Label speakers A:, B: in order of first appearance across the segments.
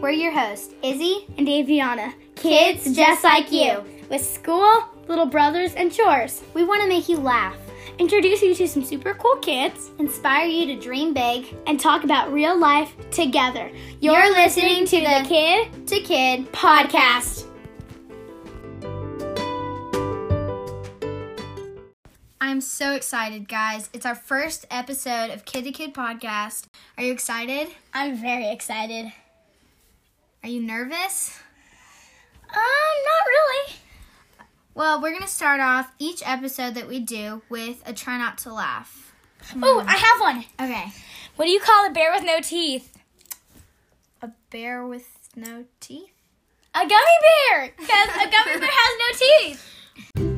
A: We're your hosts, Izzy
B: and Aviana, kids just like you, with school, little brothers, and chores.
A: We want to make you laugh,
B: Introduce you to some super cool kids,
A: inspire you to dream big
B: and talk about real life together.
A: You're listening to the
B: Kid
A: to kid.
B: Podcast.
A: I'm so excited, guys. It's our first episode of Kid to Kid Podcast. Are you excited?
B: I'm very excited. Um,
A: Are you nervous?
B: Um, not really.
A: Well, we're going to start off each episode that we do with a try not to laugh.
B: Oh, I have one.
A: Okay.
B: What do you call a bear with no teeth?
A: A bear with no teeth?
B: A gummy bear, because a gummy bear has no teeth.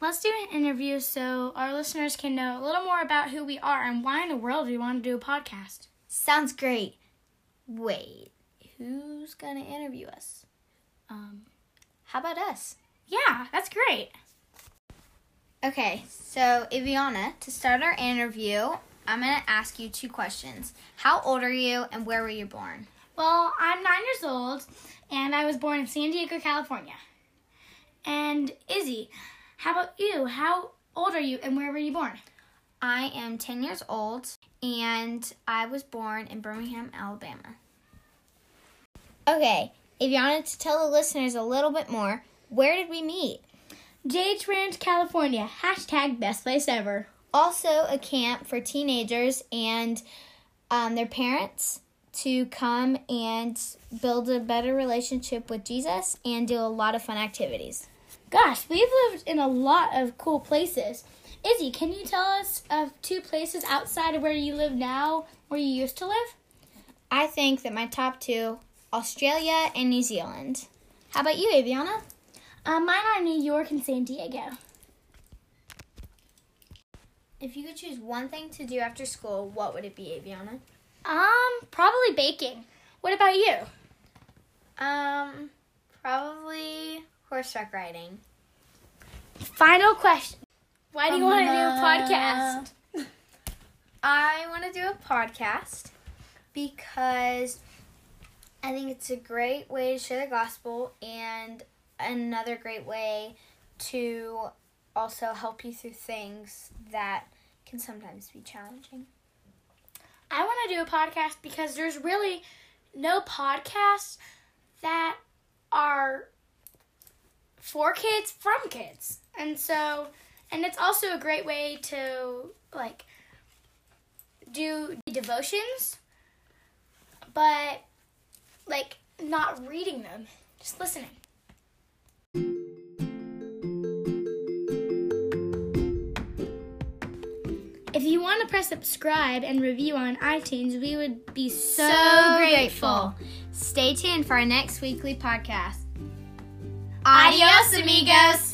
B: Let's do an interview so our listeners can know a little more about who we are and why in the world we want to do a podcast.
A: Sounds great. Wait, who's going to interview us?
B: Um,
A: How about us?
B: yeah, that's great.
A: Okay, so Iviana, to start our interview, I'm going to ask you two questions. How old are you and where were you born?
B: Well, I'm nine years old, and I was born in San Diego, California. And Izzy, how about you? How old are you, and where were you born?
A: I am 10 years old and I was born in Birmingham, Alabama. Okay, Iviana, to tell the listeners a little bit more, where did we meet?
B: JH Ranch, California. Hashtag best place ever.
A: Also, a camp for teenagers and um, their parents to come and build a better relationship with Jesus and do a lot of fun activities.
B: Gosh, we've lived in a lot of cool places. Izzy, can you tell us of two places outside of where you live now, where you used to live?
A: I think that my top two Australia and New Zealand. How about you, Aviana?
B: Uh, mine are New York and San Diego.
A: If you could choose one thing to do after school, what would it be, Aviana?
B: Um, probably baking. What about you?
A: Um, probably horseback riding.
B: Final question. Um, Why do you want to do
A: Uh,
B: a podcast?
A: I want to do a podcast because I think it's a great way to share the gospel and another great way to also help you through things that can sometimes be challenging.
B: I want to do a podcast because there's really no podcasts that are for kids from kids. And so, and it's also a great way to like do devotions, but like not reading them, just listening. If you want to press subscribe and review on iTunes, we would be so, grateful.
A: Stay tuned for our next weekly podcast.
B: Adios, amigos.